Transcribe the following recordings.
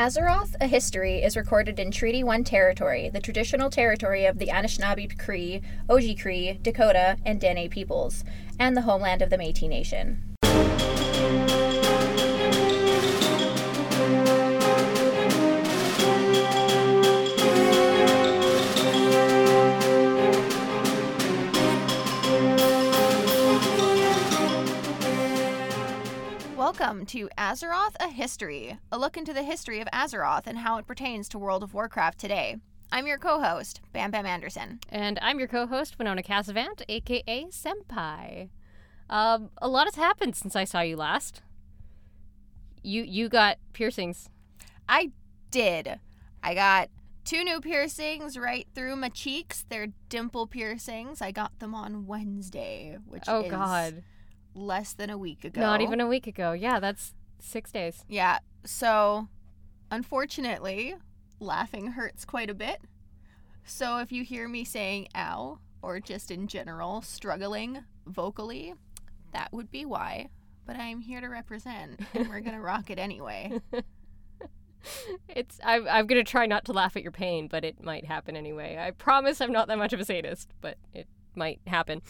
Azeroth, a history, is recorded in Treaty 1 territory, the traditional territory of the Anishinaabe Cree, Oji Cree, Dakota, and Dene peoples, and the homeland of the Metis Nation. Welcome to Azeroth A History, a look into the history of Azeroth and how it pertains to World of Warcraft today. I'm your co host, Bam Bam Anderson. And I'm your co host, Winona Cassavant, aka Senpai. Um, a lot has happened since I saw you last. You you got piercings. I did. I got two new piercings right through my cheeks. They're dimple piercings. I got them on Wednesday, which oh is god. less than a week ago. Not even a week ago. Yeah, that's six days. Yeah. So, unfortunately, laughing hurts quite a bit. So, if you hear me saying ow or just in general struggling vocally, that would be why. But I'm here to represent and we're going to rock it anyway. It's I'm I'm gonna try not to laugh at your pain, but it might happen anyway. I promise I'm not that much of a sadist, but it might happen.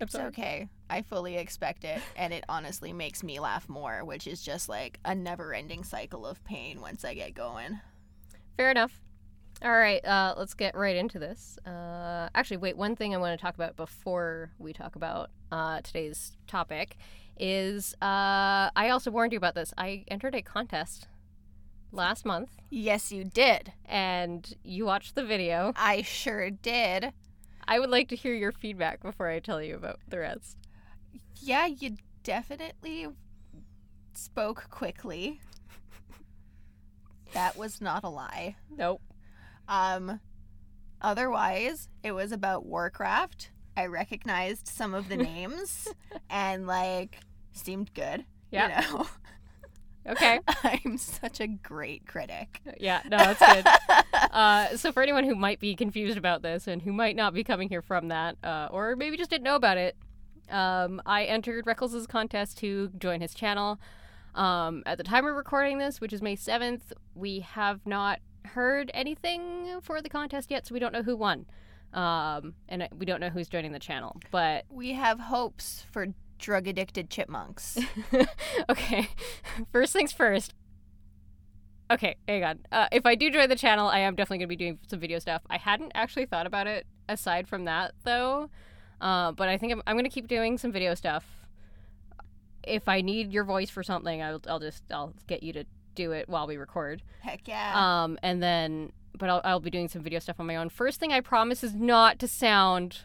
I'm It's sorry. okay. I fully expect it. And it honestly makes me laugh more, which is just like a never ending cycle of pain once I get going. Fair enough. All right, uh, let's get right into this. Uh, actually, wait, one thing I want to talk about before we talk about uh, today's topic is uh, I also warned you about this. I entered a contest last month, Yes, you did. and you watched the video. I sure did. I would like to hear your feedback before I tell you about the rest. Yeah, you definitely spoke quickly. that was not a lie. Nope. Um, otherwise, it was about Warcraft. I recognized some of the names and like seemed good. Yeah. You know, Okay. I'm such a great critic. Yeah. No, that's good. Uh, so for anyone who might be confused about this and who might not be coming here from that, uh, or maybe just didn't know about it, um, I entered Reckles' contest to join his channel. Um, at the time we're recording this, which is May 7th, we have not heard anything for the contest yet, so we don't know who won. Um, and I- we don't know who's joining the channel, but we have hopes for drug addicted chipmunks. okay. First things first. Okay, hang on. Uh, if I do join the channel, I am definitely going to be doing some video stuff. I hadn't actually thought about it aside from that, though. Uh, but I think I'm, I'm going to keep doing some video stuff. If I need your voice for something, I'll, I'll just I'll get you to do it while we record. Heck yeah. Um, and then, but I'll, I'll be doing some video stuff on my own. First thing I promise is not to sound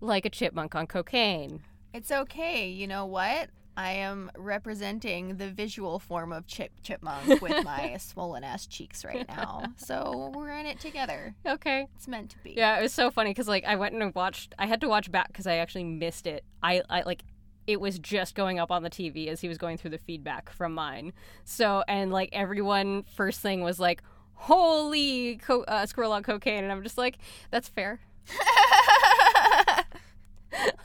like a chipmunk on cocaine. It's okay. You know what? I am representing the visual form of Chip Chipmunk with my swollen ass cheeks right now. So we're in it together. Okay. It's meant to be. Yeah, it was so funny because like I went and I watched. I had to watch back because I actually missed it. I, I like it was just going up on the TV as he was going through the feedback from mine. So and like everyone first thing was like, "Holy co- uh, squirrel on cocaine," and I'm just like, "That's fair."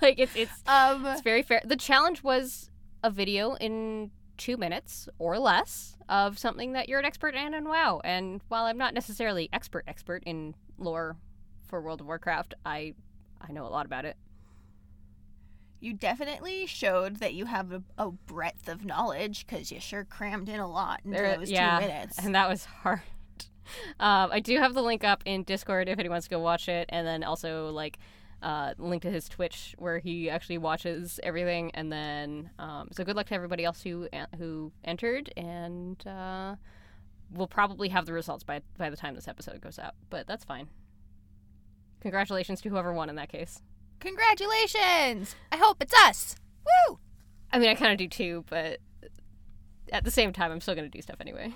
like it's it's um, it's very fair. The challenge was a video in two minutes or less of something that you're an expert in and wow. And while I'm not necessarily expert expert in lore for World of Warcraft, I I know a lot about it. you definitely showed that you have a, a breadth of knowledge because you sure crammed in a lot in There- those yeah, two minutes. And that was hard. Um, I do have the link up in Discord if anyone wants to go watch it, and then also like uh, link to his Twitch where he actually watches everything. And then um, so good luck to everybody else who uh, who entered, and uh, we'll probably have the results by by the time this episode goes out. But that's fine. Congratulations to whoever won in that case. Congratulations! I hope it's us. Woo! I mean, I kind of do too, but at the same time, I'm still going to do stuff anyway.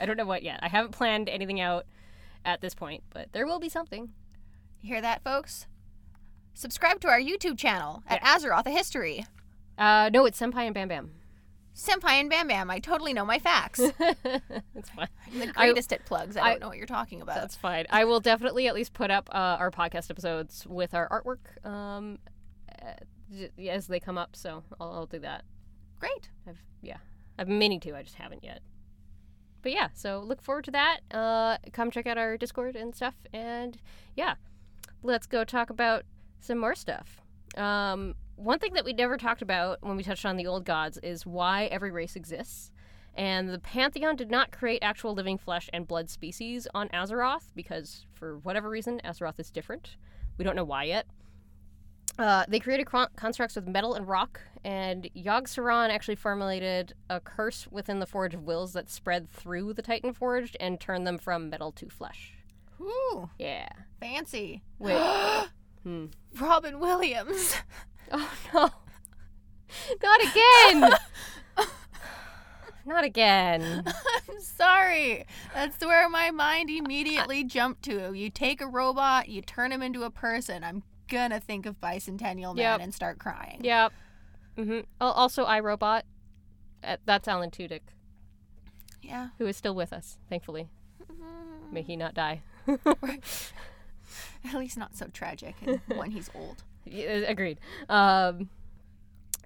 I don't know what yet. I haven't planned anything out at this point, but there will be something. You hear that, folks? Subscribe to our YouTube channel at Azeroth a History. Uh, no, it's Senpai and Bam Bam. Senpai and Bam Bam, I totally know my facts. it's fine. I'm the I- greatest at plugs. I, I- don't know what you're talking about. That's fine. I will definitely at least put up uh, our podcast episodes with our artwork um, uh, j- as they come up, so I'll, I'll do that. Great. I've, yeah. I've been meaning to, I just haven't yet. but yeah, so look forward to that. Uh, come check out our Discord and stuff. And yeah, let's go talk about some more stuff. Um, one thing that we never talked about when we touched on the old gods is why every race exists. And the Pantheon did not create actual living flesh and blood species on Azeroth because, for whatever reason, Azeroth is different. We don't know why yet. Uh, they created cron- constructs with metal and rock, and Yog Saron actually formulated a curse within the Forge of Wills that spread through the Titan Forged and turned them from metal to flesh. Ooh, Yeah. fancy. Wait. Hmm. Robin Williams. Oh no. Not again. Not again. I'm sorry. That's where my mind immediately jumped to. You take a robot, you turn him into a person. I'm gonna think of Bicentennial Man Yep. and start crying. Yep. hmm Also, iRobot. Uh, That's Alan Tudyk, Yeah. who is still with us, thankfully. Mm-hmm. May he not die. At least not so tragic and when he's old. Yeah, uh, agreed. Um,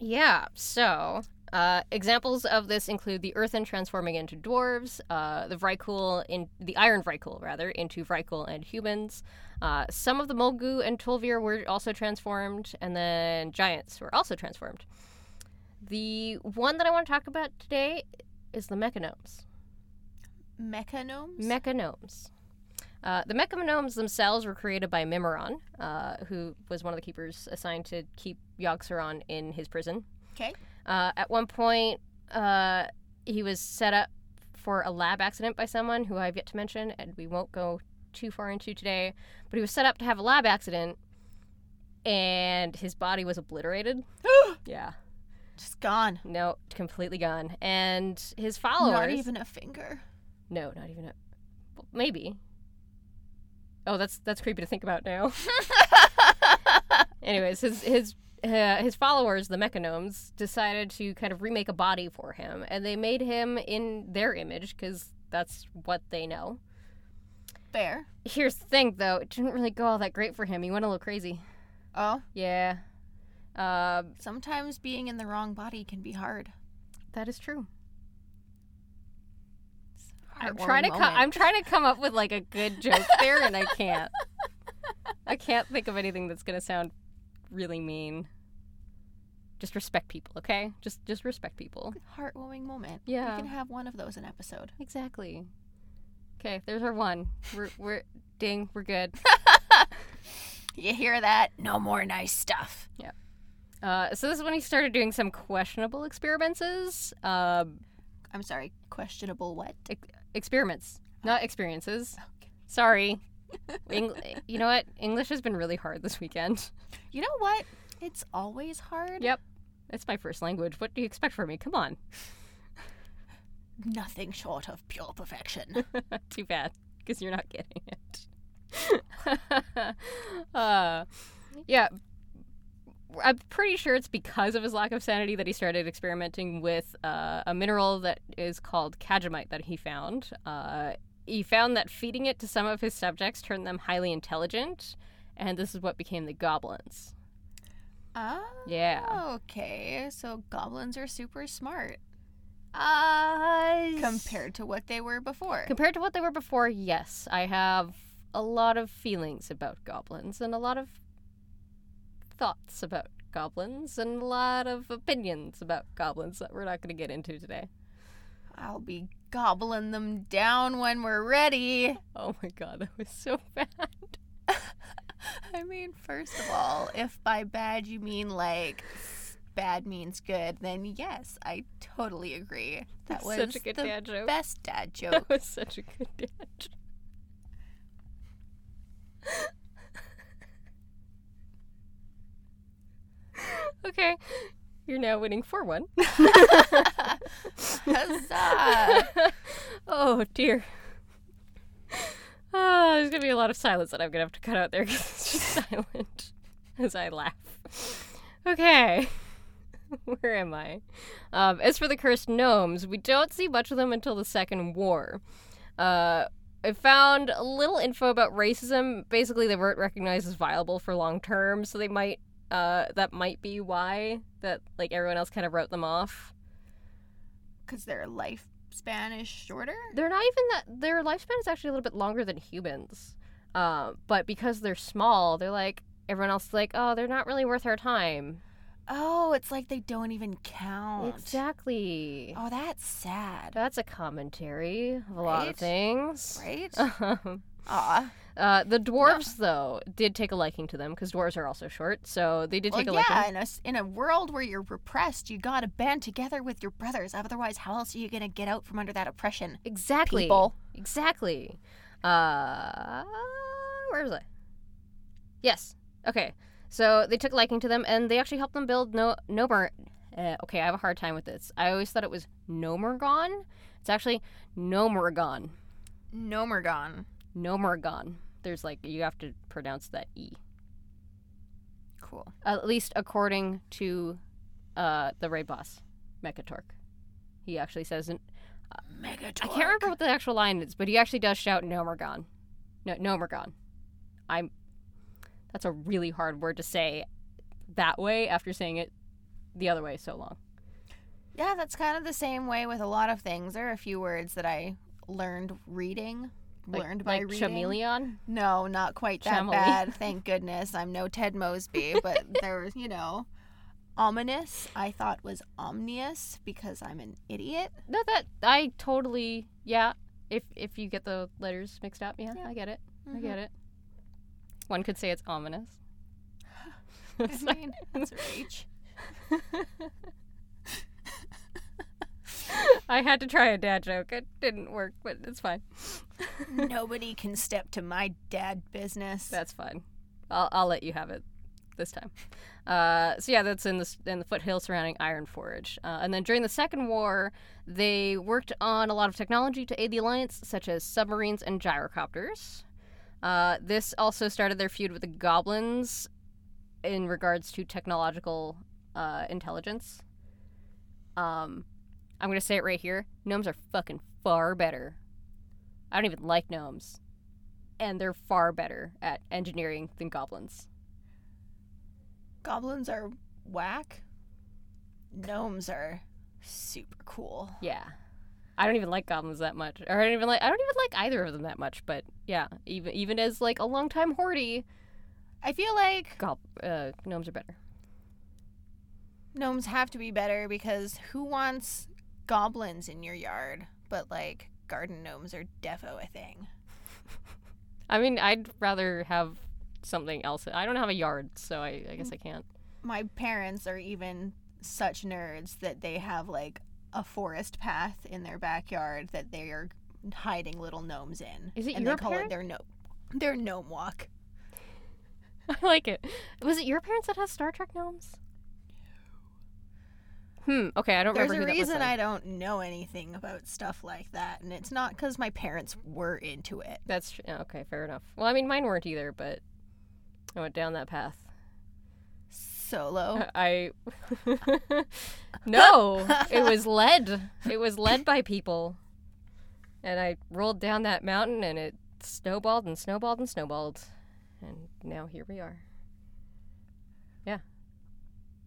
yeah, so uh, examples of this include the Earthen transforming into dwarves, uh, the Vrykul in the Iron Vrykul rather into Vrykul and humans. Uh, some of the Mulgu and Tulvir were also transformed, and then giants were also transformed. The one that I want to talk about today is the Mechanomes. Mechanomes? Mechanomes. Uh, the Mechanomes themselves were created by Mimiron, uh, who was one of the keepers assigned to keep Yogg-Saron in his prison. 'Kay. Uh, at one point, uh, he was set up for a lab accident by someone who I've yet to mention, and we won't go too far into today. But he was set up to have a lab accident, and his body was obliterated. yeah. Just gone. No, completely gone. And his followers. Not even a finger. No, not even a. well, Maybe. Oh, that's that's creepy to think about now. Anyways, his his uh, his followers, the Mechanomes, decided to kind of remake a body for him, and they made him in their image because that's what they know. Fair. Here's the thing, though, it didn't really go all that great for him. He went a little crazy. Oh, Yeah, um, sometimes being in the wrong body can be hard. that is true. I'm Heartwarming trying to co- moment. I'm trying to come up with like a good joke there, and I can't. I can't think of anything that's gonna sound really mean. Just respect people, okay? Just just respect people. Heartwarming moment. Yeah. We can have one of those an episode. Exactly. Okay, there's our one. We're we're ding. We're good. You hear that? No more nice stuff. Uh, so this is when he started doing some questionable experiments. Um, I'm sorry. Questionable what? ex- experiments, not experiences. Sorry. Eng- you know what? English has been really hard this weekend. You know what? It's always hard. Yep. It's my first language. What do you expect from me? Come on. Nothing short of pure perfection. Too bad, because you're not getting it. uh, yeah. I'm pretty sure it's because of his lack of sanity that he started experimenting with uh, a mineral that is called cadgemite that he found. Uh, he found that feeding it to some of his subjects turned them highly intelligent, and this is what became the goblins. Ah. Yeah. Okay. So goblins are super smart Uh, compared to what they were before. Compared to what they were before, yes, I have a lot of feelings about goblins and a lot of thoughts about goblins and a lot of opinions about goblins that we're not going to get into today. I'll be gobbling them down when we're ready. Oh my god, that was so bad. I mean, first of all, if by bad you mean like s- bad means good, then yes, I totally agree. That was such a good the dad joke. best dad joke. That was such a good dad. joke. okay, you're now winning 4 1. Huzzah! oh dear. Ah, there's gonna be a lot of silence that I'm gonna have to cut out there because it's just silent as I laugh. Okay. Where am I? Um, as for the cursed gnomes, we don't see much of them until the Second War. Uh, I found a little info about racism. Basically, they weren't recognized as viable for long term, so they might uh, that might be why that like everyone else kind of wrote them off. Because their life lifespan is shorter? They're not even that. Their lifespan is actually a little bit longer than humans. Uh, but because they're small, they're like everyone else. Is like, oh, they're not really worth our time. Oh, it's like they don't even count. Exactly. Oh, that's sad. That's a commentary of a lot Right? of things. Right? Right. Aw. uh, the dwarves, though, did take a liking to them because dwarves are also short, so they did Well, take a yeah, liking. in a, s- in a world where you're repressed, you gotta band together with your brothers. Otherwise, how else are you gonna get out from under that oppression? Exactly. People. Exactly. Uh, where was I? Yes. Okay. So they took liking to them, and they actually helped them build no Nomer. Uh, okay, I have a hard time with this. I always thought it was Nomergon. It's actually Nomergon. Nomergon. Nomergon. There's like you have to pronounce that e. Cool. At least according to uh, the raid boss, Mechatork. He actually says, an- Megatork. I can't remember what the actual line is, but he actually does shout Nomergon. No, Nomergon. I'm. That's a really hard word to say that way after saying it the other way so long. Yeah, that's kind of the same way with a lot of things. There are a few words that I learned reading. Like, learned by like reading. Chameleon. No, not quite that Chameli. bad. Thank goodness. I'm no Ted Mosby, but there was, you know, ominous. I thought was omnious because I'm an idiot. No, that I totally yeah. If if you get the letters mixed up, yeah, Yeah. I get it. I Mhm. get it. One could say it's ominous. It's I like- mean, that's a reach. I had to try a dad joke. It didn't work, but it's fine. Nobody can step to my dad business. That's fine. I'll, I'll let you have it this time. Uh, so yeah, that's in the s- in the foothill surrounding Iron Forge. Uh, and then during the Second War, they worked on a lot of technology to aid the Alliance, such as submarines and gyrocopters. Uh, this also started their feud with the Goblins in regards to technological uh, intelligence. Um, I'm gonna say it right here: gnomes are fucking far better. I don't even like gnomes and they're far better at engineering than goblins. Goblins are whack. Gnomes are super cool. Yeah. I don't even like goblins that much. Or I don't even like I don't even like either of them that much, but yeah, even even as like a longtime hoardy, I feel like gob- uh, gnomes are better. gnomes have to be better because who wants goblins in your yard? But like garden gnomes are defo a thing. I mean, I'd rather have something else. I don't have a yard, so I, I Mm. guess I can't. My parents are even such nerds that they have like a forest path in their backyard that they are hiding little gnomes in. Is it and your they call parent? it their gnome their gnome walk. I like it. Was it your parents that has Star Trek gnomes? Hmm. Okay, I don't There's a remember. who that was reason then. I don't know anything about stuff like that, and it's not because my parents were into it. That's tr- yeah, okay. Fair enough. Well, I mean, mine weren't either, but I went down that path. Solo. I no, it was led. It was led by people, and I rolled down that mountain, and it snowballed and snowballed and snowballed, and now here we are. Yeah.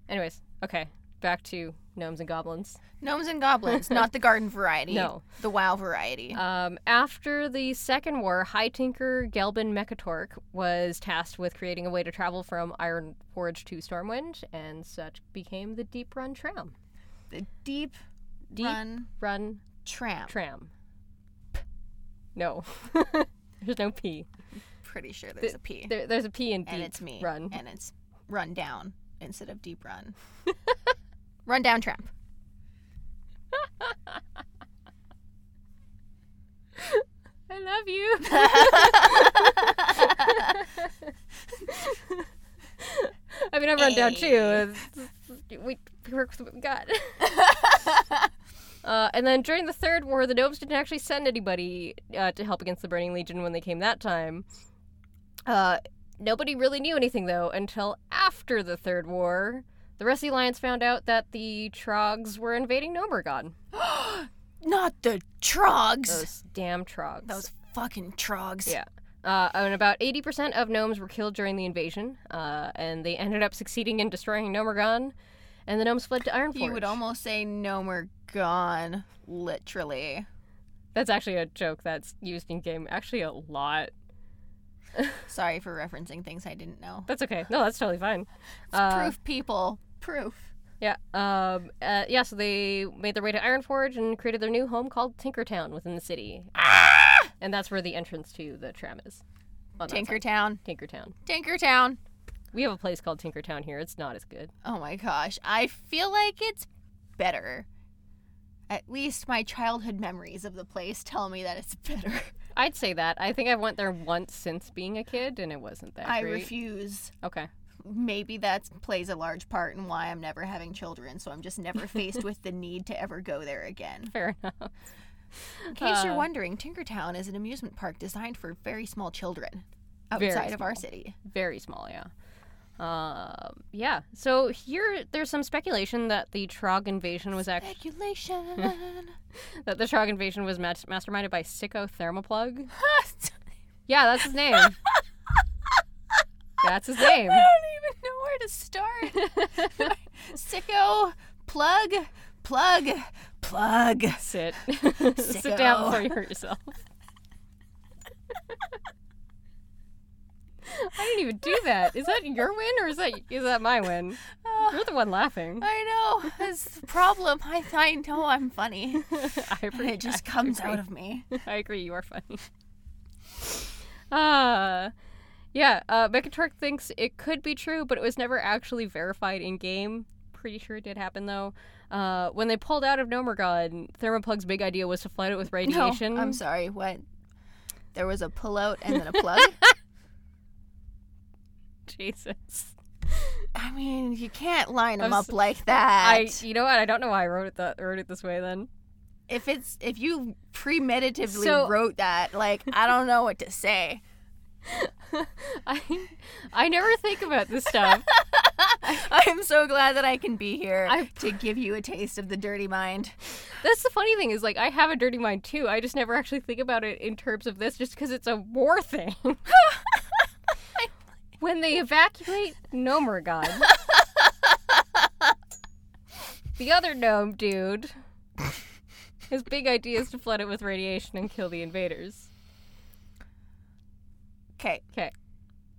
Anyways, okay, back to gnomes and goblins. Gnomes and goblins, not the garden variety. No. The WoW variety. Um, after the Second War, High Tinker Gelbin Mechatork was tasked with creating a way to travel from Iron Forge to Stormwind, and such became the Deep Run Tram. the deep, Deep run Run tramp. Tram. No. there's no P. Pretty sure there's a P. There, there's a P in deep and it's me. run. And it's run down instead of deep run. run down tramp. I love you. I mean, I've run down too. We, we work with what we got. Uh, and then during the Third War, the Gnomes didn't actually send anybody uh, to help against the Burning Legion when they came that time. Uh, nobody really knew anything, though, until after the Third War. The rest of the Alliance found out that the Trogs were invading Nomergon. not the trogs. Those damn Trogs. Those fucking trogs. Yeah. Uh, and about 80% of gnomes were killed during the invasion, uh, and they ended up succeeding in destroying Nomergon. and the gnomes fled to Ironforge. You would almost say Nomer gone, literally. That's actually a joke that's used in game actually a lot. Sorry for referencing things I didn't know. That's okay. No, that's totally fine. It's Uh, Oh, proof, people. Proof. Yeah. Um, uh, yeah, so they made their way to Ironforge and created their new home called Tinkertown within the city. Ah! And that's where the entrance to the tram is. on that side. Tinkertown. Tinkertown. Tinkertown. We have a place called Tinkertown here. It's not as good. Oh my gosh. I feel like it's better. At least my childhood memories of the place tell me that it's better. I'd say that. I think I went there once since being a kid, and it wasn't that I great. refuse. Okay. Maybe that plays a large part in why I'm never having children, so I'm just never faced with the need to ever go there again. Fair enough. In case Uh, you're wondering, Tinkertown is an amusement park designed for very small children Very outside of our city. Very small, yeah. Um, yeah. So here, there's some speculation that the Trog invasion was actually Speculation. that the Trog invasion was mas- masterminded by Sicko Thermoplug. Yeah, that's his name. that's his name. I don't even know where to start. Sicko, plug, plug, plug. Sit. Sit down Sicko. before you hurt yourself. I didn't even do that. Is that your win or is that is that my win? Oh, You're the one laughing. I know. That's the problem. I, I know I'm funny. I But appreciate it just comes out of me. I agree, you are funny. Uh yeah, uh Megatork thinks it could be true, but it was never actually verified in game. Pretty sure it did happen though. Uh when they pulled out of Nomergod, Thermoplug's big idea was to flood it with radiation. No, I'm sorry. What? There was a pull out and then a plug? Jesus. I mean, you can't line them I'm up s- like that. I you know what? I don't know why I wrote it that wrote it this way then. if it's if you premeditatively So- wrote that, like I don't know what to say. I I never think about this stuff. I'm so glad that I can be here I- to give you a taste of the dirty mind. That's the funny thing is like I have a dirty mind too. I just never actually think about it in terms of this just because it's a war thing. when they evacuate Nomergod. the other gnome dude his big idea is to flood it with radiation and kill the invaders. Okay.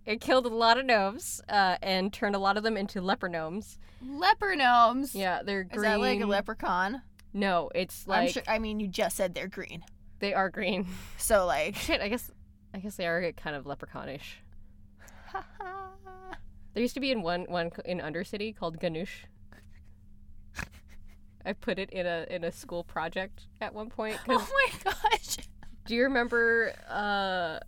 It killed a lot of gnomes uh, and turned a lot of them into leper gnomes. Leper gnomes. Yeah, they're Is green. that like a leprechaun? No, it's I'm like sure I mean you just said they're green. they are green. So like Shit, I guess I guess they are kind of leprechaunish. oh There used to be in one one c- in Undercity called Ganoush. I put it in a in a school project at one point. 'cause- Oh my gosh. do you remember? Uh,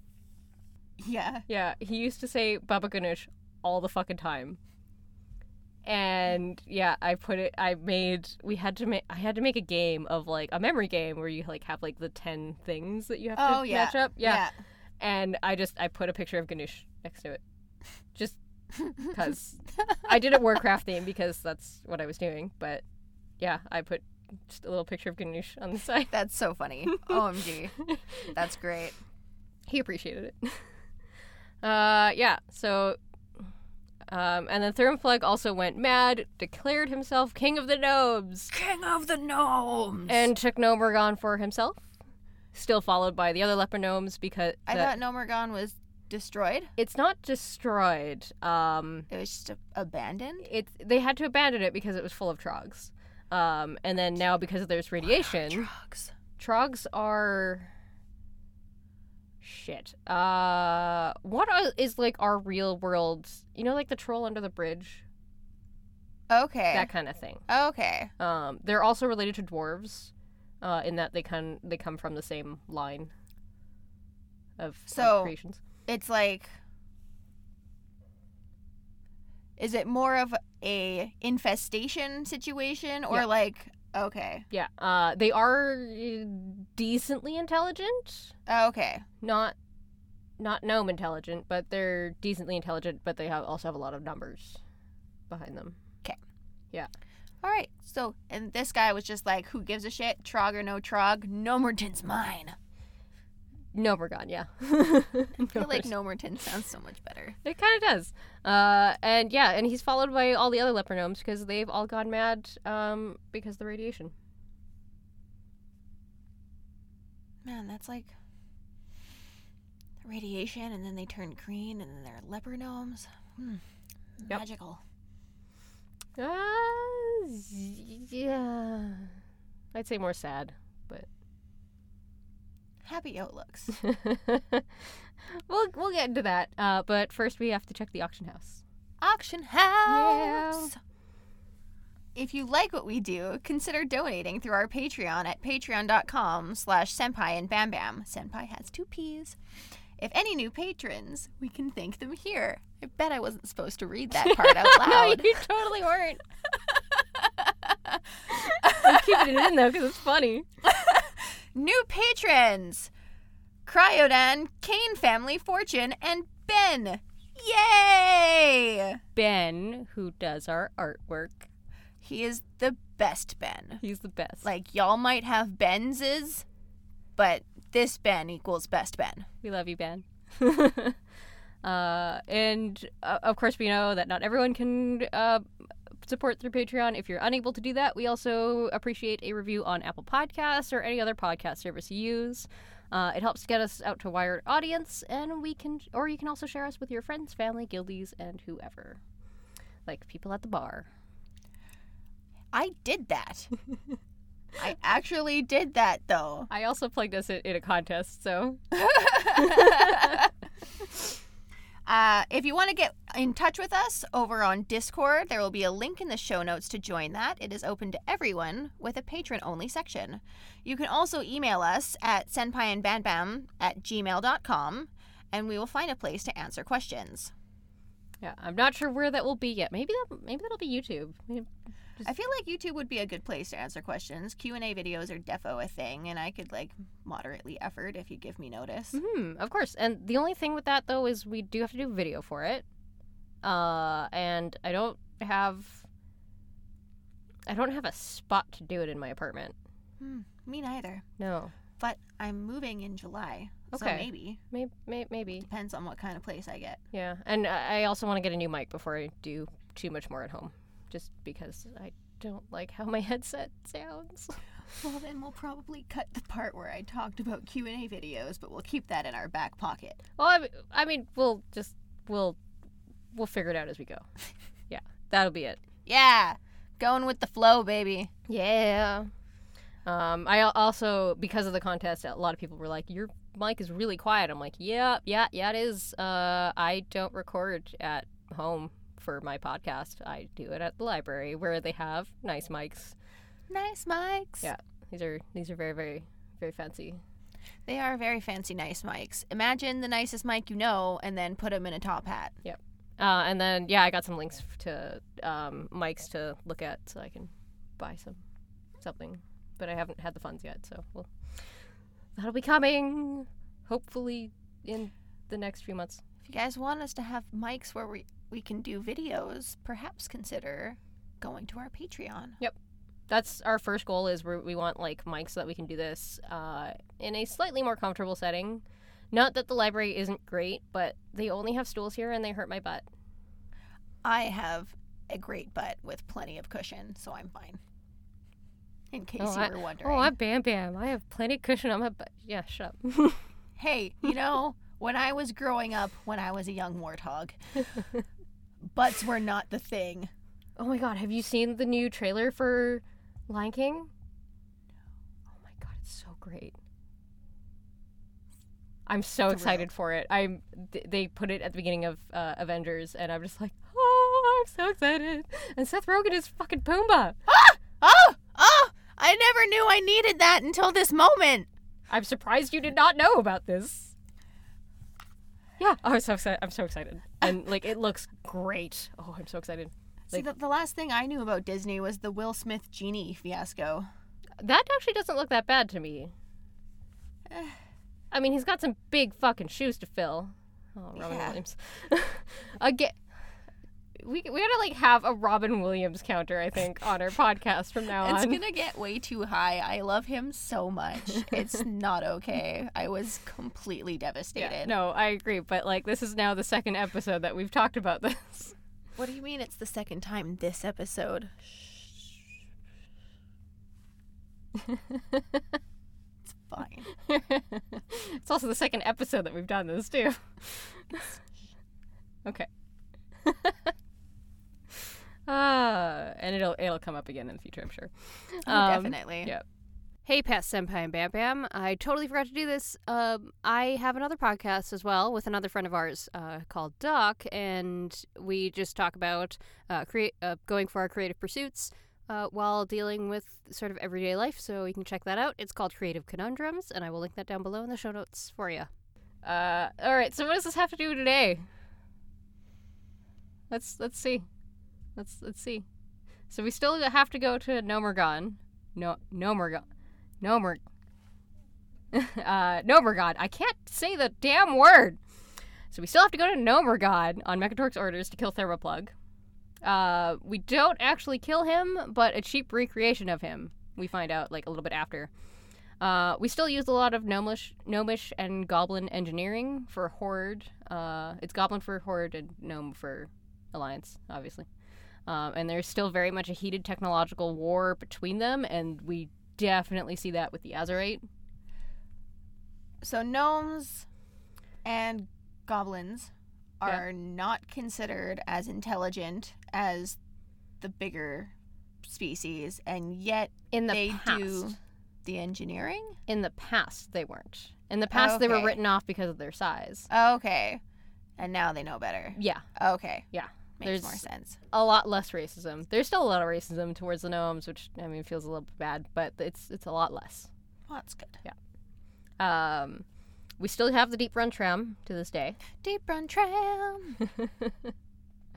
Yeah. yeah, he used to say Baba Ganoush all the fucking time. And yeah, I put it. I made. We had to make. I had to make a game of like a memory game where you like have like the ten things that you have Oh, to yeah. match up. Yeah. And I just I put a picture of Ganoush next to it, just because I did it Warcraft theme because that's what I was doing. But yeah, I put just a little picture of Ganoush on the side. That's so funny. OMG. That's great. He appreciated it. Uh, yeah. So, um, and then Thermplug also went mad, declared himself king of the gnomes, King of the gnomes. and took Gnomergon for himself. Still followed by the other leper gnomes because I that- thought Nomergon was destroyed. it's not destroyed. Um, It was just a- abandoned. it they had to abandon it because it was full of trogs. Um, and then now because there's radiation, Drugs. trogs are shit. Uh, what are, is like our real world? You know, like the troll under the bridge, Okay. Eh. that kind of thing. okay. Um, they're also related to dwarves, uh, in that they can they come from the same line of, of So- creations. It's like Is it more of a infestation situation or Yeah. like okay. Yeah, uh, they are uh, decently intelligent. Okay. not not gnome intelligent, but they're decently intelligent, but they have also have a lot of numbers behind them. All right. So, and this guy was just like, who gives a shit? Trog or no trog? Nomerton's mine. Nomergon, yeah. I feel like Nomerton sounds so much better. It kind of does. Uh, and yeah, and he's followed by all the other leper gnomes because they've all gone mad um, because of the radiation. Man, that's like radiation, and then they turn green, and then they're leper gnomes. Hmm. Yep. Magical. Uh, yeah. I'd say more sad, but Happy outlooks. we'll we'll get into that. Uh, but first, we have to check the auction house. Auction house. If you like what we do, consider donating through our Patreon at patreon.com slash senpai and bam bam. Senpai has two P's. If any new patrons, we can thank them here. I bet I wasn't supposed to read that part out No, loud. you totally weren't. I'm keeping it in though because it's funny. New patrons Cryodan, Kane Family Fortune, and Ben. Yay! Ben, who does our artwork, He is the best Ben. he's the best. Like, y'all might have Benz's, but this Ben equals best Ben. we love you, Ben. uh, and uh, of course, we know that not everyone can uh, support through Patreon. If you're unable to do that, we also appreciate a review on Apple Podcasts or any other podcast service you use. Uh, it helps get us out to a wider audience, and we can, or you can also share us with your friends, family, guildies, and whoever, like people at the bar. I did that. I actually did that though. I also plugged us in, in a contest, so Uh, if you want to get in touch with us over on Discord, there will be a link in the show notes to join that. It is open to everyone with a patron only section. You can also email us at senpaiandbanbam at gmail.com and we will find a place to answer questions. yeah, I'm not sure where that will be yet. Maybe that, maybe that'll be YouTube. I feel like YouTube would be a good place to answer questions. Q&A videos are defo a thing and I could like moderately effort if you give me notice. Hmm, of course. And the only thing with that though is we do have to do video for it. Uh and I don't have I don't have a spot to do it in my apartment. Hmm, Mm-hmm. me neither. No. But I'm moving in July. So Okay. maybe. Maybe may, maybe. Depends on what kind of place I get. Yeah. And I I also want to get a new mic before I do too much more at home just because I don't like how my headset sounds. Well, then we'll probably cut the part where I talked about Q&A videos, but we'll keep that in our back pocket. Well, I, I mean, we'll just we'll we'll figure it out as we go. Yeah. That'll be it. Yeah. Going with the flow, baby. Yeah. Um, I al- also because of the contest, a lot of people were like, "Your mic is really quiet." I'm like, "Yeah, yeah, yeah, it is." Uh, I don't record at home for my podcast. I do it at the library where they have nice mics. Nice mics. Yeah. These are these are very very very fancy. They are very fancy nice mics. Imagine the nicest mic you know and then put them in a top hat. Uh, and then yeah, I got some links f- to um, mics to look at so I can buy some something, but I haven't had the funds yet, so we'll that'll be coming hopefully in the next few months. If you guys want us to have mics where we, we can do videos, perhaps consider going to our Patreon. That's our first goal is we we want like mics so that we can do this uh, in a slightly more comfortable setting. Not that the library isn't great, but they only have stools here and they hurt my butt. I have a great butt with plenty of cushion, so I'm fine. In case Oh, you I- were wondering. Oh, I'm Bam Bam. I have plenty of cushion on my butt. Yeah, shut up. Hey, you know, when I was growing up, when I was a young warthog, butts were not the thing. Oh my god, have you seen the new trailer for Lion King? Oh my god, it's so great. I'm so excited for it. I'm th- they put it at the beginning of uh, Avengers and I'm just like, "Oh, I'm so excited." And Seth Rogen is fucking Pumbaa. Oh, oh, I never knew I needed that until this moment. I'm surprised you did not know about this. Yeah, I'm so excited. I'm so excited. And like it looks great. Oh, I'm so excited. See, the, the last thing I knew about Disney was the Will Smith genie fiasco. That actually doesn't look that bad to me. Eh. I mean, he's got some big fucking shoes to fill. Oh, Robin Yeah. Williams. Again, we we gotta like have a Robin Williams counter, I think, on our podcast from now It's on. gonna get way too high. I love him so much. It's not okay. I was completely devastated. Yeah, no, I agree, but like this is now the second episode that we've talked about this. What do you mean it's the second time this episode? it's fine. it's also the second episode that we've done this too. okay. uh, and it'll it'll come up again in the future, I'm sure. Oh, Um, definitely. yeah. Hey, Pat Senpai and Bam Bam. I totally forgot to do this. Um, I have another podcast as well with another friend of ours uh, called Doc, and we just talk about uh, create uh, going for our creative pursuits uh, while dealing with sort of everyday life. So you can check that out. It's called Creative Conundrums, and I will link that down below in the show notes for you. Uh, all right. So what does this have to do today? Let's let's see. Let's let's see. So we still have to go to Nomergon. No, Nomergon. Nomer. uh, Nomergon. I can't say the damn word. So we still have to go to Nomergon on Mechatork's orders to kill Thermoplug. Uh, we don't actually kill him, but a cheap recreation of him. We find out like a little bit after. Uh, we still use a lot of gnomish, gnomish and goblin engineering for horde. Uh, it's goblin for horde and gnome for alliance, obviously. Um, and there's still very much a heated technological war between them, and we definitely see that with the Azurite. So gnomes and goblins Yeah. are not considered as intelligent as the bigger species, and yet In the they past, do the engineering. in the past they weren't. In the past, they were Okay. written off because of their size. Okay, and now they know better. Yeah, Okay, Yeah. makes There's- more sense. a lot less racism. There's still a lot of racism towards the gnomes, which I mean feels a little bit bad, but it's it's a lot less. Well, that's good. Um, we still have the deep run tram to this day. Deep run tram, I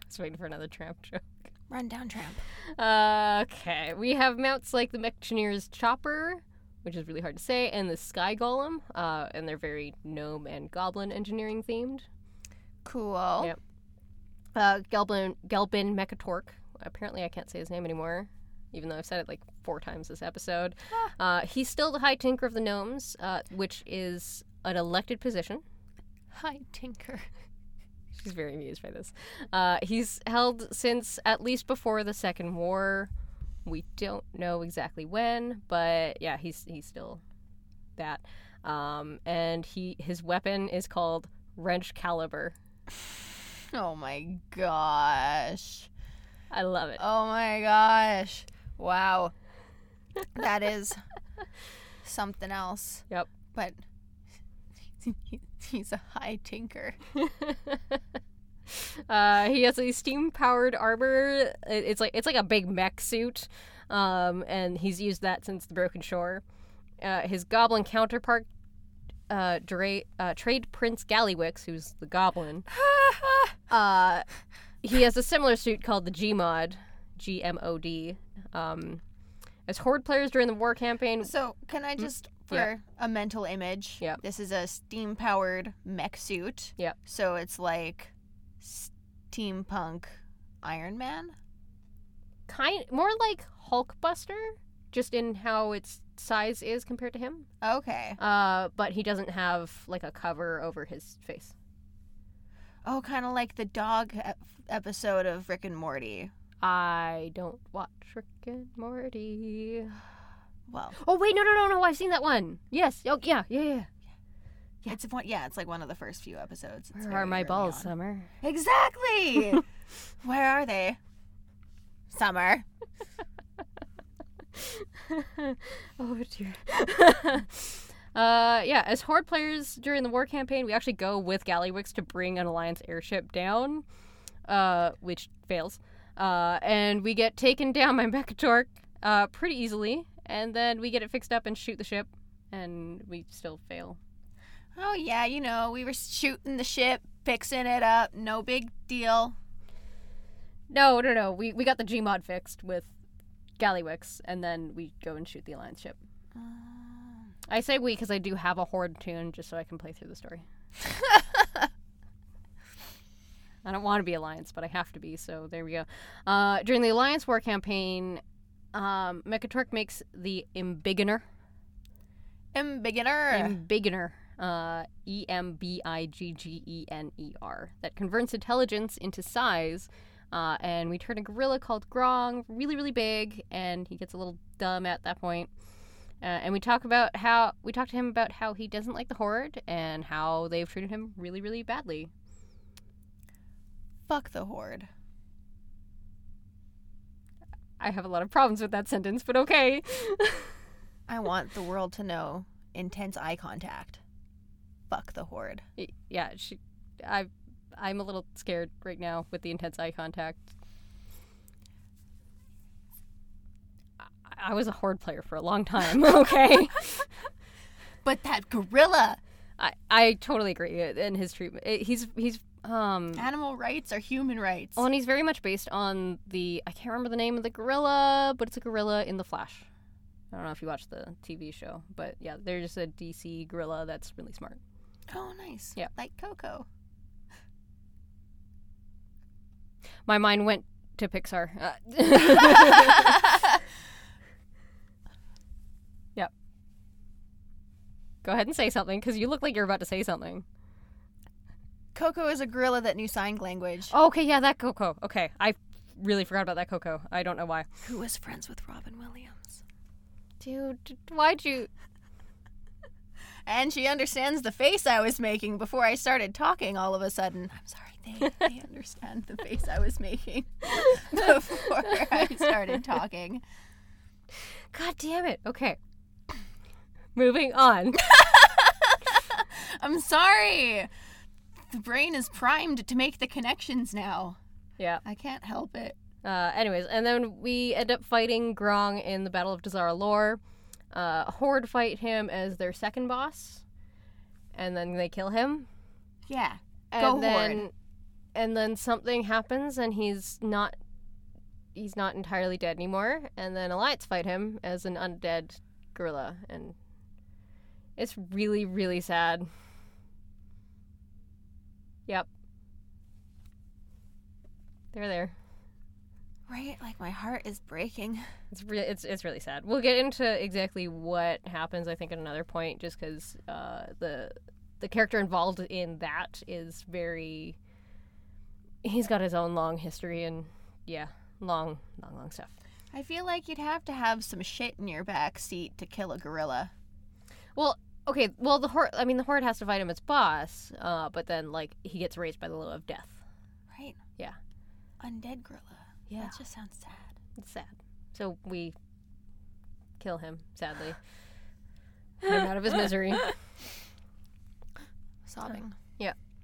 was waiting for another tramp joke. run down tramp. Uh, Okay, we have mounts like the Mechaneer's Chopper, which is really hard to say, and the Sky Golem, uh, and they're very gnome and goblin engineering themed. Cool. Yep. Uh, Gelbin, Gelbin Mechatork. Apparently, I can't say his name anymore, even though I've said it like four times this episode. Uh, he's still the High Tinker of the Gnomes, uh, which is an elected position. Hi, Tinker. She's very amused by this. Uh, he's held since at least before the Second War. We don't know exactly when, but yeah, he's he's still that. Um, and he his weapon is called wrench caliber. Oh my gosh. I love it. Oh my gosh. Wow. That is something else. Yep. But he's a high tinker. Uh, he has a steam-powered armor. It- It's like it's like a big mech suit, um, and he's used that since the Broken Shore. Uh, his goblin counterpart, uh, Dra- uh, Trade Prince Gallywix, who's the goblin. Uh, he has a similar suit called the Gmod, G M O D. Um, as Horde players during the war campaign, So, can I just, for Mm, yeah. a mental image, Yep. this is a steam powered mech suit. Yep. So it's like steampunk Iron Man. kind more like Hulkbuster, just in how its size is compared to him. Okay. Uh, but he doesn't have like a cover over his face. Oh, kind of like the dog ep- episode of Rick and Morty. I don't watch Rick and Morty. Well, Oh wait, no, no, no, no! I've seen that one. Yes. Oh yeah, yeah, yeah. Yeah. it's one. Yeah, it's like one of the first few episodes. It's Where very are my early balls, on. Summer? Exactly. Where are they? Summer. oh dear. uh, yeah, as Horde players during the war campaign, we actually go with Gallywix to bring an Alliance airship down, uh, which fails. Uh, and we get taken down by Mechatork uh, pretty easily, and then we get it fixed up and shoot the ship, and we still fail. Oh yeah, you know we were shooting the ship, fixing it up. No big deal. No, no, no. We, we got the Gmod fixed with Gallywix, and then we go and shoot the Alliance ship. Um, I say we because I do have a Horde tune just so I can play through the story. I don't want to be Alliance, but I have to be, so there we go. Uh, during the Alliance War campaign, um, Mechaturk makes the Embiggener. M beginner. Embiggener. Uh, E M B I G G E N E R. That converts intelligence into size. Uh, and we turn a gorilla called Grong really, really big, and he gets a little dumb at that point. Uh, and we talk about how we talk to him about how he doesn't like the Horde and how they've treated him really, really badly. Fuck the horde. I have a lot of problems with that sentence, but okay. I want the world to know intense eye contact. Fuck the horde. Y- Yeah, she, I, I'm a little scared right now with the intense eye contact. I- I was a horde player for a long time. Okay, But that gorilla. I, I totally agree. And his treatment, it- he's he's um, Animal rights are human rights. well, and he's very much based on the I can't remember the name of the gorilla, but it's a gorilla in the Flash. I don't know if you watch the TV show, but yeah, they're just a DC gorilla that's really smart. oh, nice. Yeah. Like Coco. My mind went to Pixar. Uh, I Go ahead and say something because you look like you're about to say something. Coco is a gorilla that knew sign language. Oh, okay, yeah, that Coco. Okay, I really forgot about that Coco. I don't know why. Who was friends with Robin Williams. Dude, why'd you? And she understands the face I was making before I started talking all of a sudden. I'm sorry, they, they understand the face I was making before I started talking. God damn it. Okay. Moving on. I'm sorry. The brain is primed to make the connections now. yeah. I can't help it. Uh, anyways, and then we end up fighting Grong in the Battle of Dazara Lore. Uh, Horde fight him as their second boss, and then they kill him. Yeah. and Go then Horde. and then something happens and he's not he's not entirely dead anymore and then alliance fight him as an undead gorilla and it's really really sad yep they're there Right? Like my heart is breaking. it's really it's, it's really sad we'll get into exactly what happens i think at another point just because uh, the the character involved in that is very he's got his own long history and yeah long long long stuff I feel like you'd have to have some shit in your back seat to kill a gorilla. well okay well the horde i mean the horde has to fight him as boss uh, but then like he gets raised by the law of death Right? Yeah. Undead gorilla. yeah That just sounds sad. it's sad so we kill him sadly Put him out of his misery Sobbing.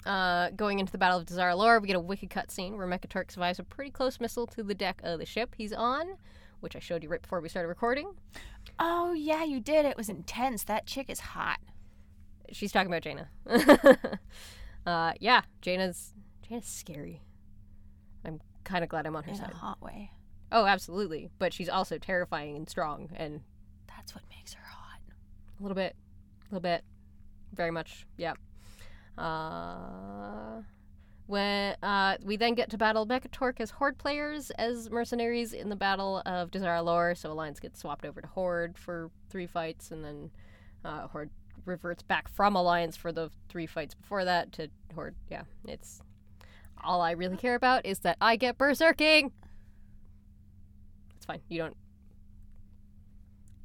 Uh, going into the Battle of Dazar Lore, we get a wicked cutscene where Mechaturk survives a pretty close missile to the deck of the ship he's on, which I showed you right before we started recording. Oh, yeah, you did. It was intense. That chick is hot. She's talking about Jaina. uh, yeah, Jaina's Jaina's scary. I'm kind of glad I'm on her In side. a hot way. Oh, absolutely, but she's also terrifying and strong and That's what makes her hot. A little bit. A little bit. Very much. Yeah. Uh, when uh, we then get to battle Mechatork as Horde players as mercenaries in the Battle of Desire Lore. So Alliance gets swapped over to Horde for three fights, and then uh, Horde reverts back from Alliance for the three fights before that to Horde. Yeah, it's all I really care about is that I get berserking. It's fine. You don't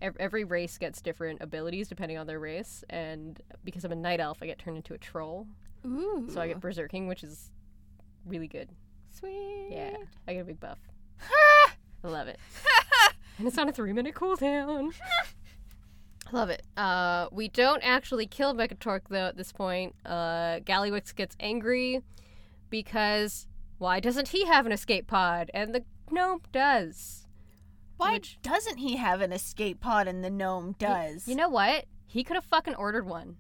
ev- every race gets different abilities depending on their race and because i'm a night elf i get turned into a troll Ooh. so i get berserking which is really good sweet. yeah i get a big buff i love it and it's on a three minute cooldown love it uh, we don't actually kill megatork though at this point uh, gallywix gets angry because why doesn't he have an escape pod and the gnome does Why Which- doesn't he have an escape pod and the gnome does? You know what? He could have fucking ordered one.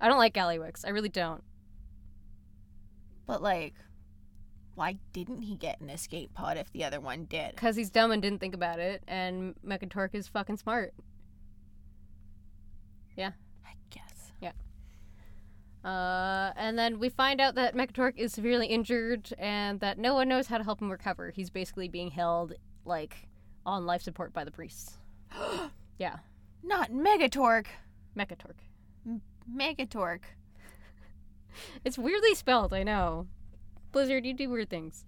I don't like Gallywix. I really don't. But like, why didn't he get an escape pod if the other one did? Because he's dumb and didn't think about it, and Mechatork is fucking smart. I guess. Uh, and And then we find out that Mechatork is severely injured and that no one knows how to help him recover. He's basically being held, like, on life support by the priests. yeah. Not Megatorque. Mechatork. Megatorque. It's weirdly spelled, I know. Blizzard, you do weird things.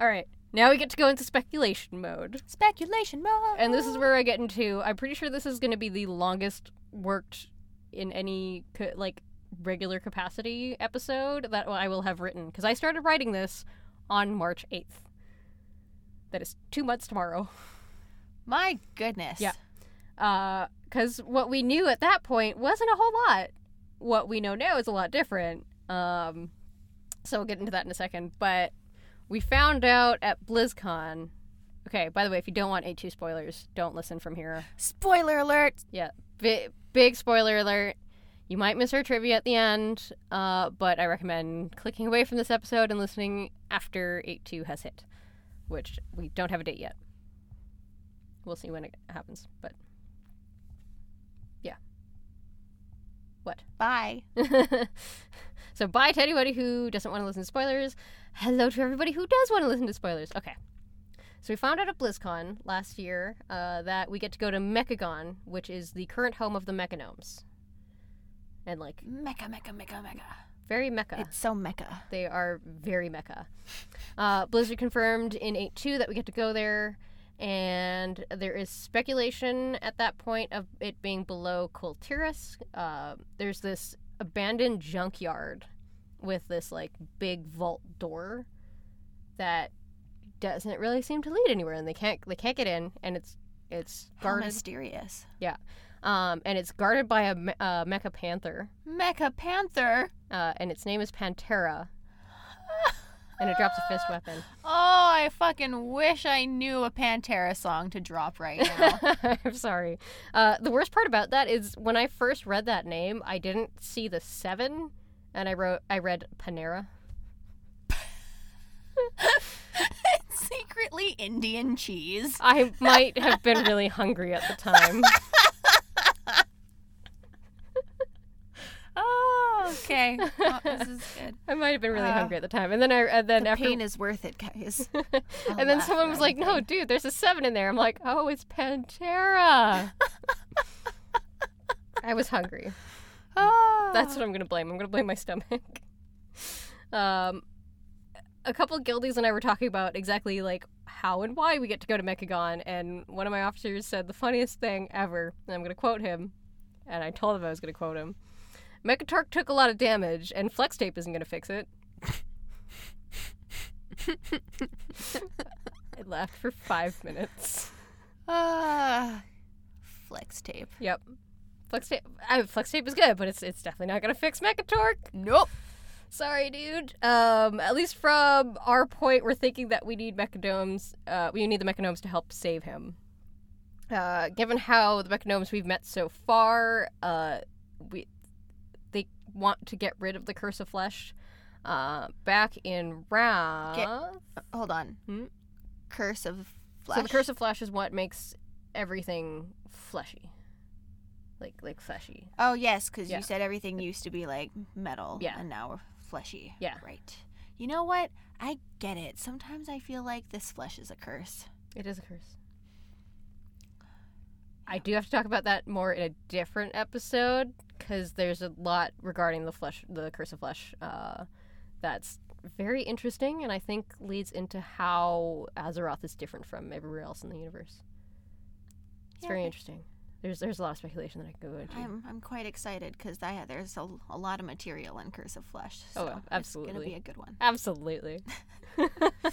All right. Now we get to go into speculation mode. Speculation mode. And this is where I get into. I'm pretty sure this is going to be the longest worked in any co- like regular capacity episode that I will have written because I started writing this on March 8th. That is two months tomorrow. My goodness. Yeah. Because Uh, what we knew at that point wasn't a whole lot. What we know now is a lot different. Um, so we'll get into that in a second. But we found out at BlizzCon. Okay, by the way, if you don't want A2 spoilers, don't listen from here. Spoiler alert. Yeah, big, big spoiler alert. You might miss our trivia at the end, uh, but I recommend clicking away from this episode and listening after 8.2 has hit, which we don't have a date yet. We'll see when it happens, but yeah. What? Bye. so bye to anybody who doesn't want to listen to spoilers. Hello to everybody who does want to listen to spoilers. Okay. So we found out at BlizzCon last year uh, that we get to go to Mechagon, which is the current home of the Mechanomes. And like Mecha, mecha, mecha, mecha. very mecha. It's so mecha. They are very mecha. Uh, Blizzard confirmed in 8 2 that we get to go there, and there is speculation at that point of it being below Kultiris. Uh, there's this abandoned junkyard with this like big vault door that doesn't really seem to lead anywhere, and they can't they can't get in, and it's it's How guarded mysterious. um, and it's guarded by a, me- a mecha panther Mecha Panther. uh, and its name is Pantera. and it drops a fist weapon. Oh, I fucking wish I knew a Pantera song to drop right now. I'm sorry. Uh, the worst part about that is when I first read that name, I didn't see the seven, and I wrote I read Panera. Secretly Indian cheese. I might have been really hungry at the time. Oh, okay. Oh, this is good. I might have been really Uh, hungry at the time, and then I and then The after pain is worth it, guys. I'll and then laugh someone for was like, "No, anything. dude, there's a seven in there." I'm like, "Oh, it's Pantera." I was hungry. Oh. ah, That's what I'm gonna blame. I'm gonna blame my stomach. Um, a couple of guildies and I were talking about exactly like how and why we get to go to Mechagon, and one of my officers said the funniest thing ever, and I'm gonna quote him, and I told him I was gonna quote him. Mechatork took a lot of damage, and flex tape isn't gonna fix it. I laughed for five minutes. Ah, flex tape. Yep. Flex tape, uh, flex tape is good, but it's it's definitely not gonna fix Mechatork. Nope. Sorry, dude. Um, at least from our point, we're thinking that we need mechanomes. Uh, we need the mechanomes to help save him. Uh, given how the mechanomes we've met so far, uh, we they want to get rid of the curse of flesh. Uh, back in Wrath, Hold on. Hmm? Curse of flesh. so the curse of flesh is what makes everything fleshy, like like fleshy. Oh yes, because Yeah. you said everything used to be like metal, Yeah. and now we're fleshy. Yeah. right. You know what? I get it. Sometimes I feel like this flesh is a curse. It is a curse. I do have to talk about that more in a different episode because there's a lot regarding the flesh, the curse of flesh, uh, that's very interesting, and I think leads into how Azeroth is different from everywhere else in the universe. It's Yeah, very okay. interesting. There's there's a lot of speculation that I could go into. I'm I'm quite excited because there's a, a lot of material in curse of flesh. So Oh, It's absolutely. gonna be a good one. Absolutely.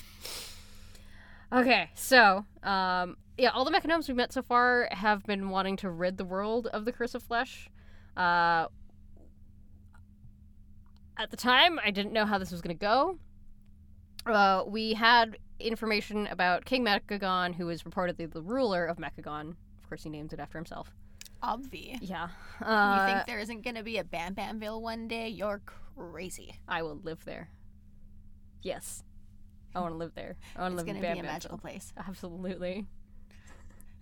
okay, so um, yeah, all the mechanomes we've met so far have been wanting to rid the world of the curse of flesh. Uh, at the time, I didn't know how this was going to go. Uh, we had information about King Mechagon, who is reportedly the ruler of Mechagon. Of course, he names it after himself. Obvi. Yeah. you Uh, think there isn't gonna be a Bam Bamville one day? You're crazy. I will live there. Yes. I want to live there. I want to It's live in gonna Bam be a Bamville. magical place, Absolutely.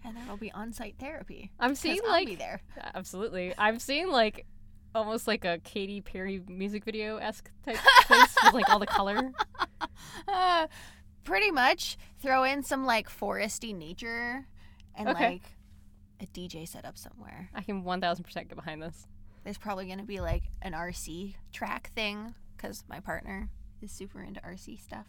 and that'll be on-site therapy. I'm 'Cause seeing I'll like be there. absolutely. I'm seeing like almost like a Katy Perry music video esque type place with like all the color. Uh, pretty much throw in some like foresty nature and Okay. like a DJ setup somewhere. I can one thousand percent get behind this. There's probably going to be like an RC track thing because my partner is super into RC stuff.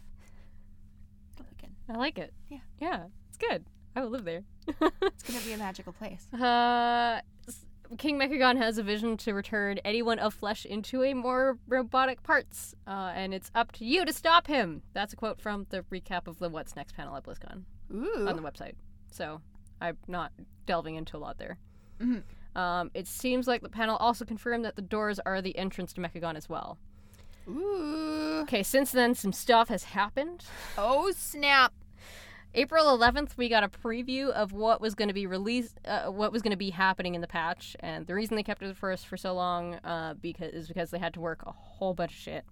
It'll be good. I like it. Yeah. yeah, it's good. I will live there. It's going to be a magical place. Uh, s- King Mechagon has a vision to return anyone of flesh into a more robotic parts, uh, and it's up to you to stop him. That's a quote from the recap of the What's Next panel at BlizzCon Ooh. on the website. So I'm not delving into a lot there. Mhm. Um, it seems like the panel also confirmed that the doors are the entrance to Mechagon as well. Ooh. Okay, since then, some stuff has happened. Oh, snap. April 11th, we got a preview of what was going to be released, uh, what was going to be happening in the patch, and the reason they kept it for us for so long uh, because is because they had to work a whole bunch of shit,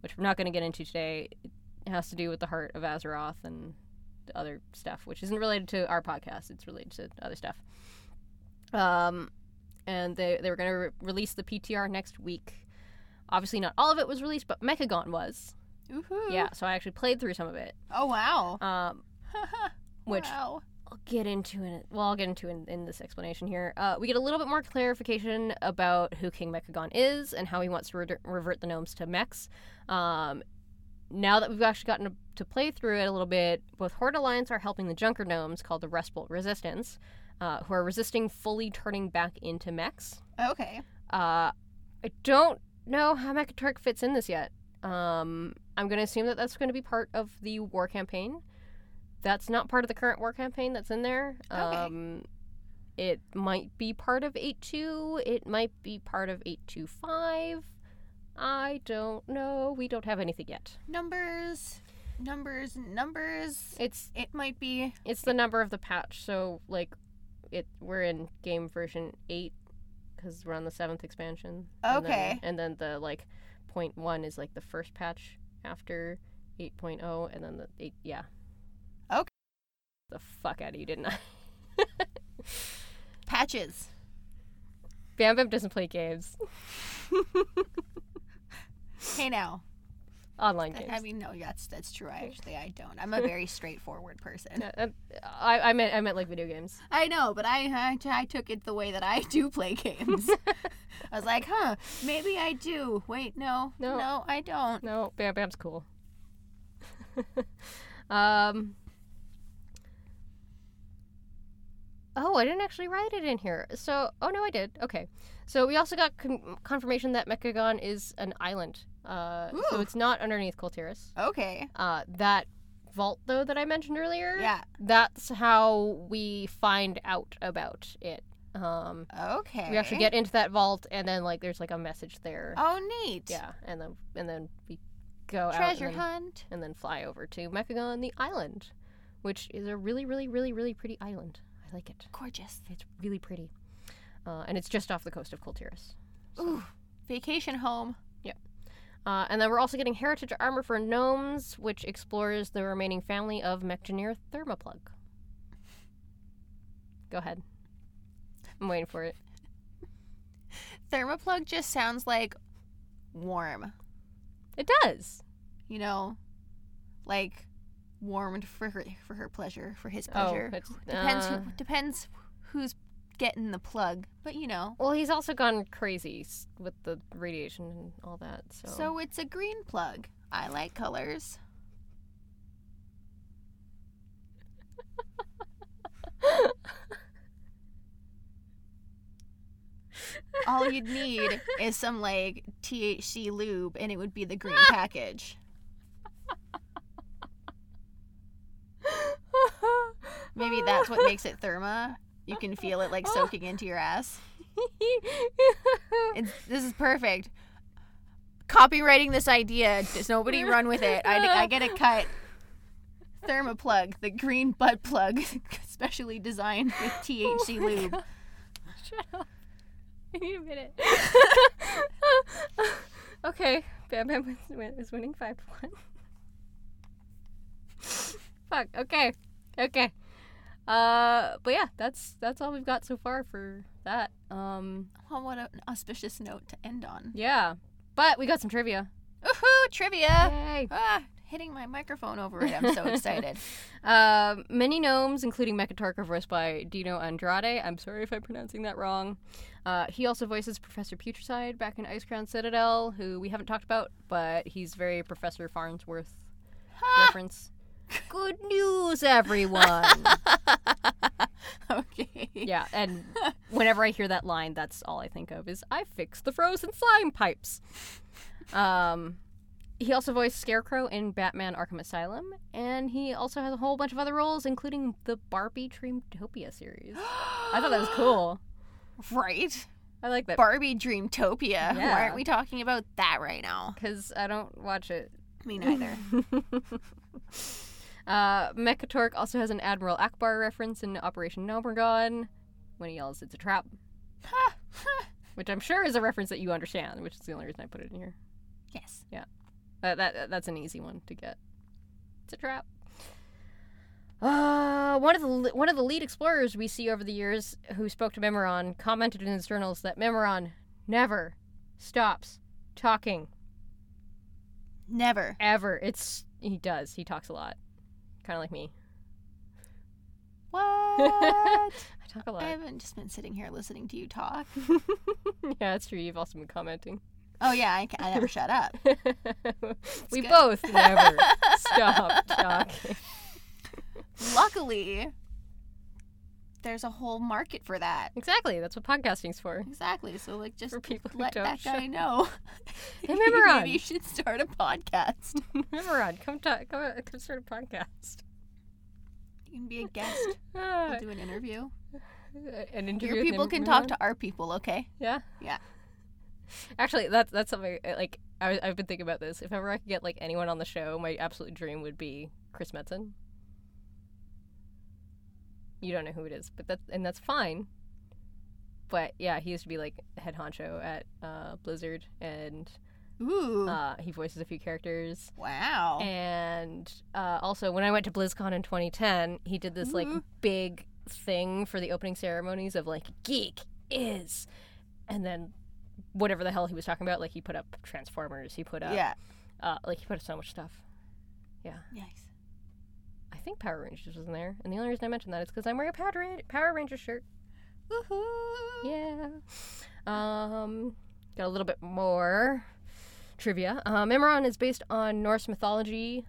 which we're not going to get into today. It has to do with the heart of Azeroth and the other stuff, which isn't related to our podcast. It's related to other stuff. Um, and they they were going to re- release the PTR next week. Obviously, not all of it was released, but Mechagon was. Oohoo. Yeah, so I actually played through some of it. Oh, wow. Um, which Wow. I'll get into it. Well, I'll get into it in, in this explanation here. Uh, we get a little bit more clarification about who King Mechagon is and how he wants to re- revert the gnomes to mechs. Um, now that we've actually gotten to, to play through it a little bit, both Horde Alliance are helping the Junker gnomes called the Restbolt Resistance, uh, who are resisting fully turning back into mechs. Okay. Uh, I don't know how Mechaturk fits in this yet. Um, I'm going to assume that that's going to be part of the war campaign. That's not part of the current war campaign that's in there. Okay. Um, it might be part of 8.2. It might be part of 8.2.5. I don't know. We don't have anything yet. Numbers, numbers, numbers. It's It might be. it's the number of the patch. So like, it we're in game version eight because we're on the seventh expansion. And then- Okay. And then, the like point one is like the first patch after 8.0, and then the eight yeah. Okay. The fuck out of you, didn't I? Patches. Bam Bam doesn't play games. Hey now. Online That- games. I mean, no, that's that's true. I actually I don't. I'm a very straightforward person. Uh, uh, I, I meant I meant like video games. I know, but I, I I took it the way that I do play games. I was like, huh, maybe I do. Wait, no, No. no, I don't. No, Bam Bam's cool. um. Oh, I didn't actually write it in here. So, oh no, I did. Okay. So we also got con- confirmation that Mechagon is an island. Uh, so Ooh. it's not underneath Coltiris. Okay, Uh, that vault though that I mentioned earlier. yeah, That's how we find out about it. Um, okay. we actually get into that vault, and then like there's like a message there. Oh, neat. Yeah, and then and then we go out Treasure and then- hunt. and then fly over to Mechagon the island, which is a really, really, really, really pretty island. I like it. Gorgeous. It's really pretty, uh, and it's just off the coast of Coltiris. Ooh, vacation home. Uh, and then we're also getting heritage armor for gnomes, which explores the remaining family of Mechgineer Thermoplug. Go ahead. I'm waiting for it. Thermoplug just sounds like warm. It does. You know, like warmed for her for her pleasure, for his Oh, pleasure. it's- Depends uh, who, depends who's getting the plug, but you know. Well, he's also gone crazy s- with the radiation and all that. So, So it's a green plug. I like colors. All you'd need is some like THC lube and it would be the green package. Maybe that's what makes it therma. You can feel it like soaking into your ass. It's, this is perfect. Copywriting this idea. Does nobody run with it? I, I get a cut. Therma plug, the green butt plug, specially designed with Oh THC lube. Shut up. I need a minute. okay, Bam Bam wins, win, is winning 5 to 1. Fuck, okay. Okay. Uh, but yeah, that's that's all we've got so far for that. Um, Oh, what an auspicious note to end on. yeah, but we got some trivia. Woohoo! Trivia! Yay! Ah, hitting my microphone over it. I'm so excited. Um, many gnomes, including Mechatark, are voiced by Dino Andrade. I'm sorry if I'm pronouncing that wrong. Uh, he also voices Professor Putrescide back in Ice Crown Citadel, who we haven't talked about, but he's very Professor Farnsworth reference. Good news, everyone! okay. yeah, and whenever I hear that line, that's all I think of is I fixed the frozen slime pipes. Um, he also voiced Scarecrow in Batman: Arkham Asylum, and he also has a whole bunch of other roles, including the Barbie Dreamtopia series. I thought that was cool. Right? I like that Barbie Dreamtopia. Why Yeah. aren't we talking about that right now? because I don't watch it. Me neither. uh, Mechatork also has an Admiral Akbar reference in Operation Nomergon when he yells, "It's a trap," which I'm sure is a reference that you understand, which is the only reason I put it in here. yes. That, that that's an easy one to get. It's a trap. Uh, one of the le- one of the lead explorers we see over the years who spoke to Memoron commented in his journals that Memoron never stops talking Never. ever. It's he does. He talks a lot, kind of like me. What? I talk a I lot. haven't just been sitting here listening to you talk. yeah, that's true. You've also been commenting. Oh, yeah, I, ca- I never shut up. we good. both never stop talking. Luckily, there's a whole market for that. Exactly. That's what podcasting's for. Exactly. So, like, just For people who let don't that shut guy know. Hey, Memoron. Maybe you should start a podcast. Memoron, come talk, come, come start a podcast. You can be a guest. Ah, We'll do an interview. Uh, an interview. Your with people Mem- can talk Memoron? to our people, okay? Yeah. Yeah. Actually, that's that's something uh, like I, was- I've been thinking about this. If ever I could get like anyone on the show, my absolute dream would be Chris Metzen. You don't know who it is, but that's and that's fine. But yeah, he used to be like head honcho at uh, Blizzard, and Ooh. uh, he voices a few characters. wow. And uh, also, when I went to BlizzCon in 2010, he did this like Mhm. big thing for the opening ceremonies of like geek is, and then whatever the hell he was talking about, like he put up Transformers, he put up yeah. uh, like he put up so much stuff. Yikes. I think Power Rangers was in there, and the only reason I mentioned that is because I'm wearing a Power, Ra- Power Ranger shirt. Woohoo! Yeah. Um, got a little bit more trivia. Uh, Memoron is based on Norse mythology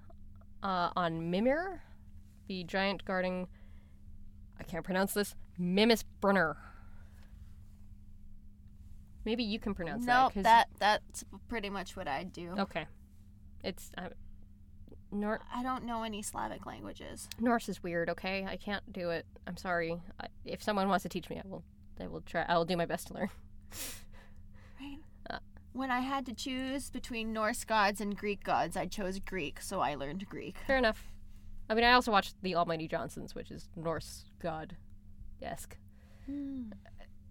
uh, on Mimir, the giant guarding, I can't pronounce this, Mimisbrunner. Maybe you can pronounce Nope, that. 'cause- that that's pretty much what I do. Okay. It's. I, Nor- I don't know any Slavic languages. Norse is weird, okay? I can't do it. I'm sorry. I, if someone wants to teach me, I will. I will try. I will do my best to learn. Right? Uh. When I had to choose between Norse gods and Greek gods, I chose Greek, so I learned Greek. Fair enough. I mean, I also watched The Almighty Johnsons, which is Norse god esque.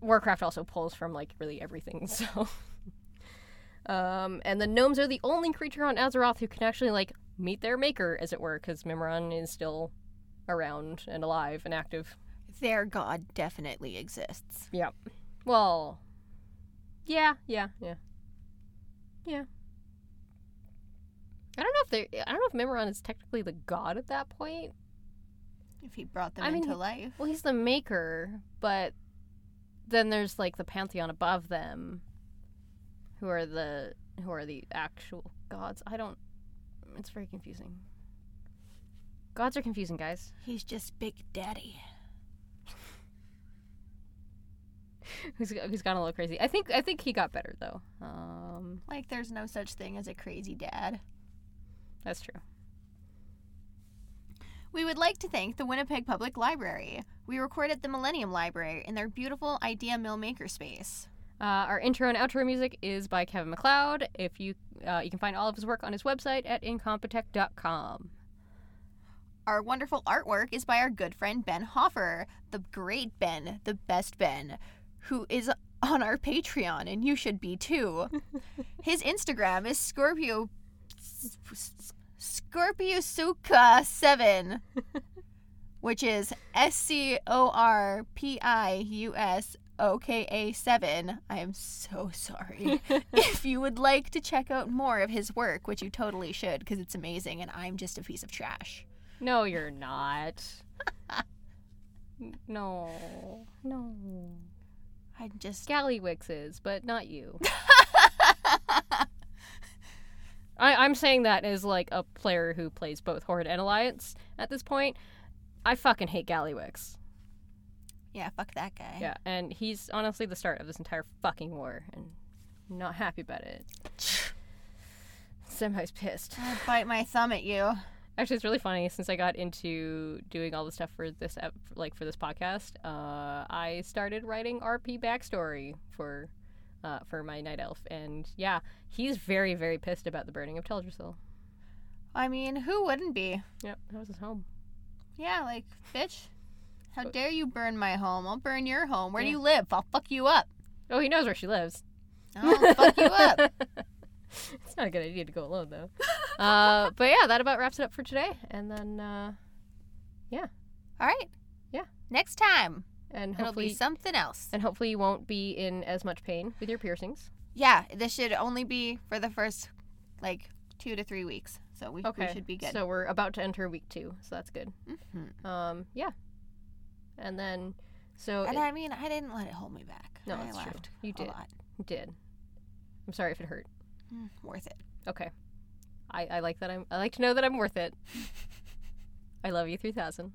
Warcraft also pulls from like really everything, so. um, and the gnomes are the only creature on Azeroth who can actually like meet their maker, as it were, because Mimron is still around and alive and active. Their god definitely exists. Yeah. Well. Yeah. Yeah. Yeah. Yeah. I don't know if they. I don't know if Mimron is technically the god at that point. If he brought them I mean, into he- life. Well, he's the maker, but then there's like the pantheon above them, who are the who are the actual gods. I don't. It's very confusing. Gods are confusing, guys. He's just Big Daddy. Who's who's gone a little crazy? I think I think he got better though. Um, Like there's no such thing as a crazy dad. that's true. We would like to thank the Winnipeg Public Library. We record at the Millennium Library in their beautiful Idea Mill Makerspace. Uh, our intro and outro music is by Kevin McLeod. If you uh, you can find all of his work on his website at incompetech.com. Our wonderful artwork is by our good friend Ben Hoffer, the great Ben, the best Ben, who is on our Patreon, and you should be too. His Instagram is Scorpio Scorpio Suka Seven, which is S C O R P I U S O K A 7. I am so sorry. if you would like to check out more of his work, which you totally should because it's amazing and I'm just a piece of trash. No, you're not. no. No. I just. Scallywix is, but not you. I, I'm saying that as like a player who plays both Horde and Alliance at this point. I fucking hate Gallywix. Yeah, fuck that guy. Yeah, and he's honestly the start of this entire fucking war, and I'm not happy about it. Senpai's pissed. I'll bite my thumb at you. Actually, it's really funny since I got into doing all the stuff for this ep- like for this podcast. Uh, I started writing RP backstory for uh, for my night elf, and yeah, he's very very pissed about the burning of Teldrassil. I mean, who wouldn't be? Yep, that was his home. Yeah, like, bitch, how dare you burn my home? I'll burn your home. Where do you live? I'll fuck you up. Oh, he knows where she lives. I'll fuck you up. it's not a good idea to go alone though. uh, but yeah, that about wraps it up for today. And then uh, All right. Yeah. Next time, and it'll be hopefully Uh, something else. and hopefully you won't be in as much pain with your piercings. Yeah, this should only be for the first, like, two to three weeks. So we, we Okay, should be good. So we're about to enter week two, so that's good. Mhm. Um, yeah, and then so And it I mean, I didn't let it hold me back. No, I it's true. laughed You a did. lot. did. I'm sorry if it hurt. Mm, worth it. Okay, I, I like that. I'm I like to know that I'm worth it. I love you three thousand.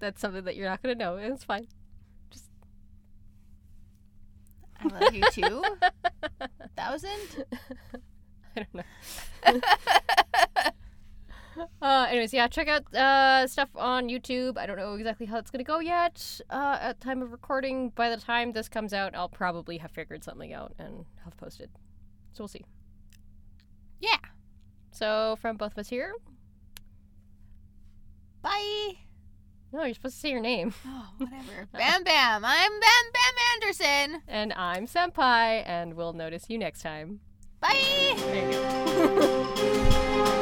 That's something that you're not gonna know, and it's fine. I love you too. Thousand? I don't know. Uh, anyways, yeah, check out uh, stuff on YouTube. I don't know exactly how it's gonna go yet. Uh, at time of recording, by the time this comes out, I'll probably have figured something out and have posted. So we'll see. Yeah. So from both of us here, Bye. no, you're supposed to say your name. Oh, whatever. Bam Bam. I'm Bam Bam Anderson. And I'm Senpai, and we'll notice you next time. Bye. There you go.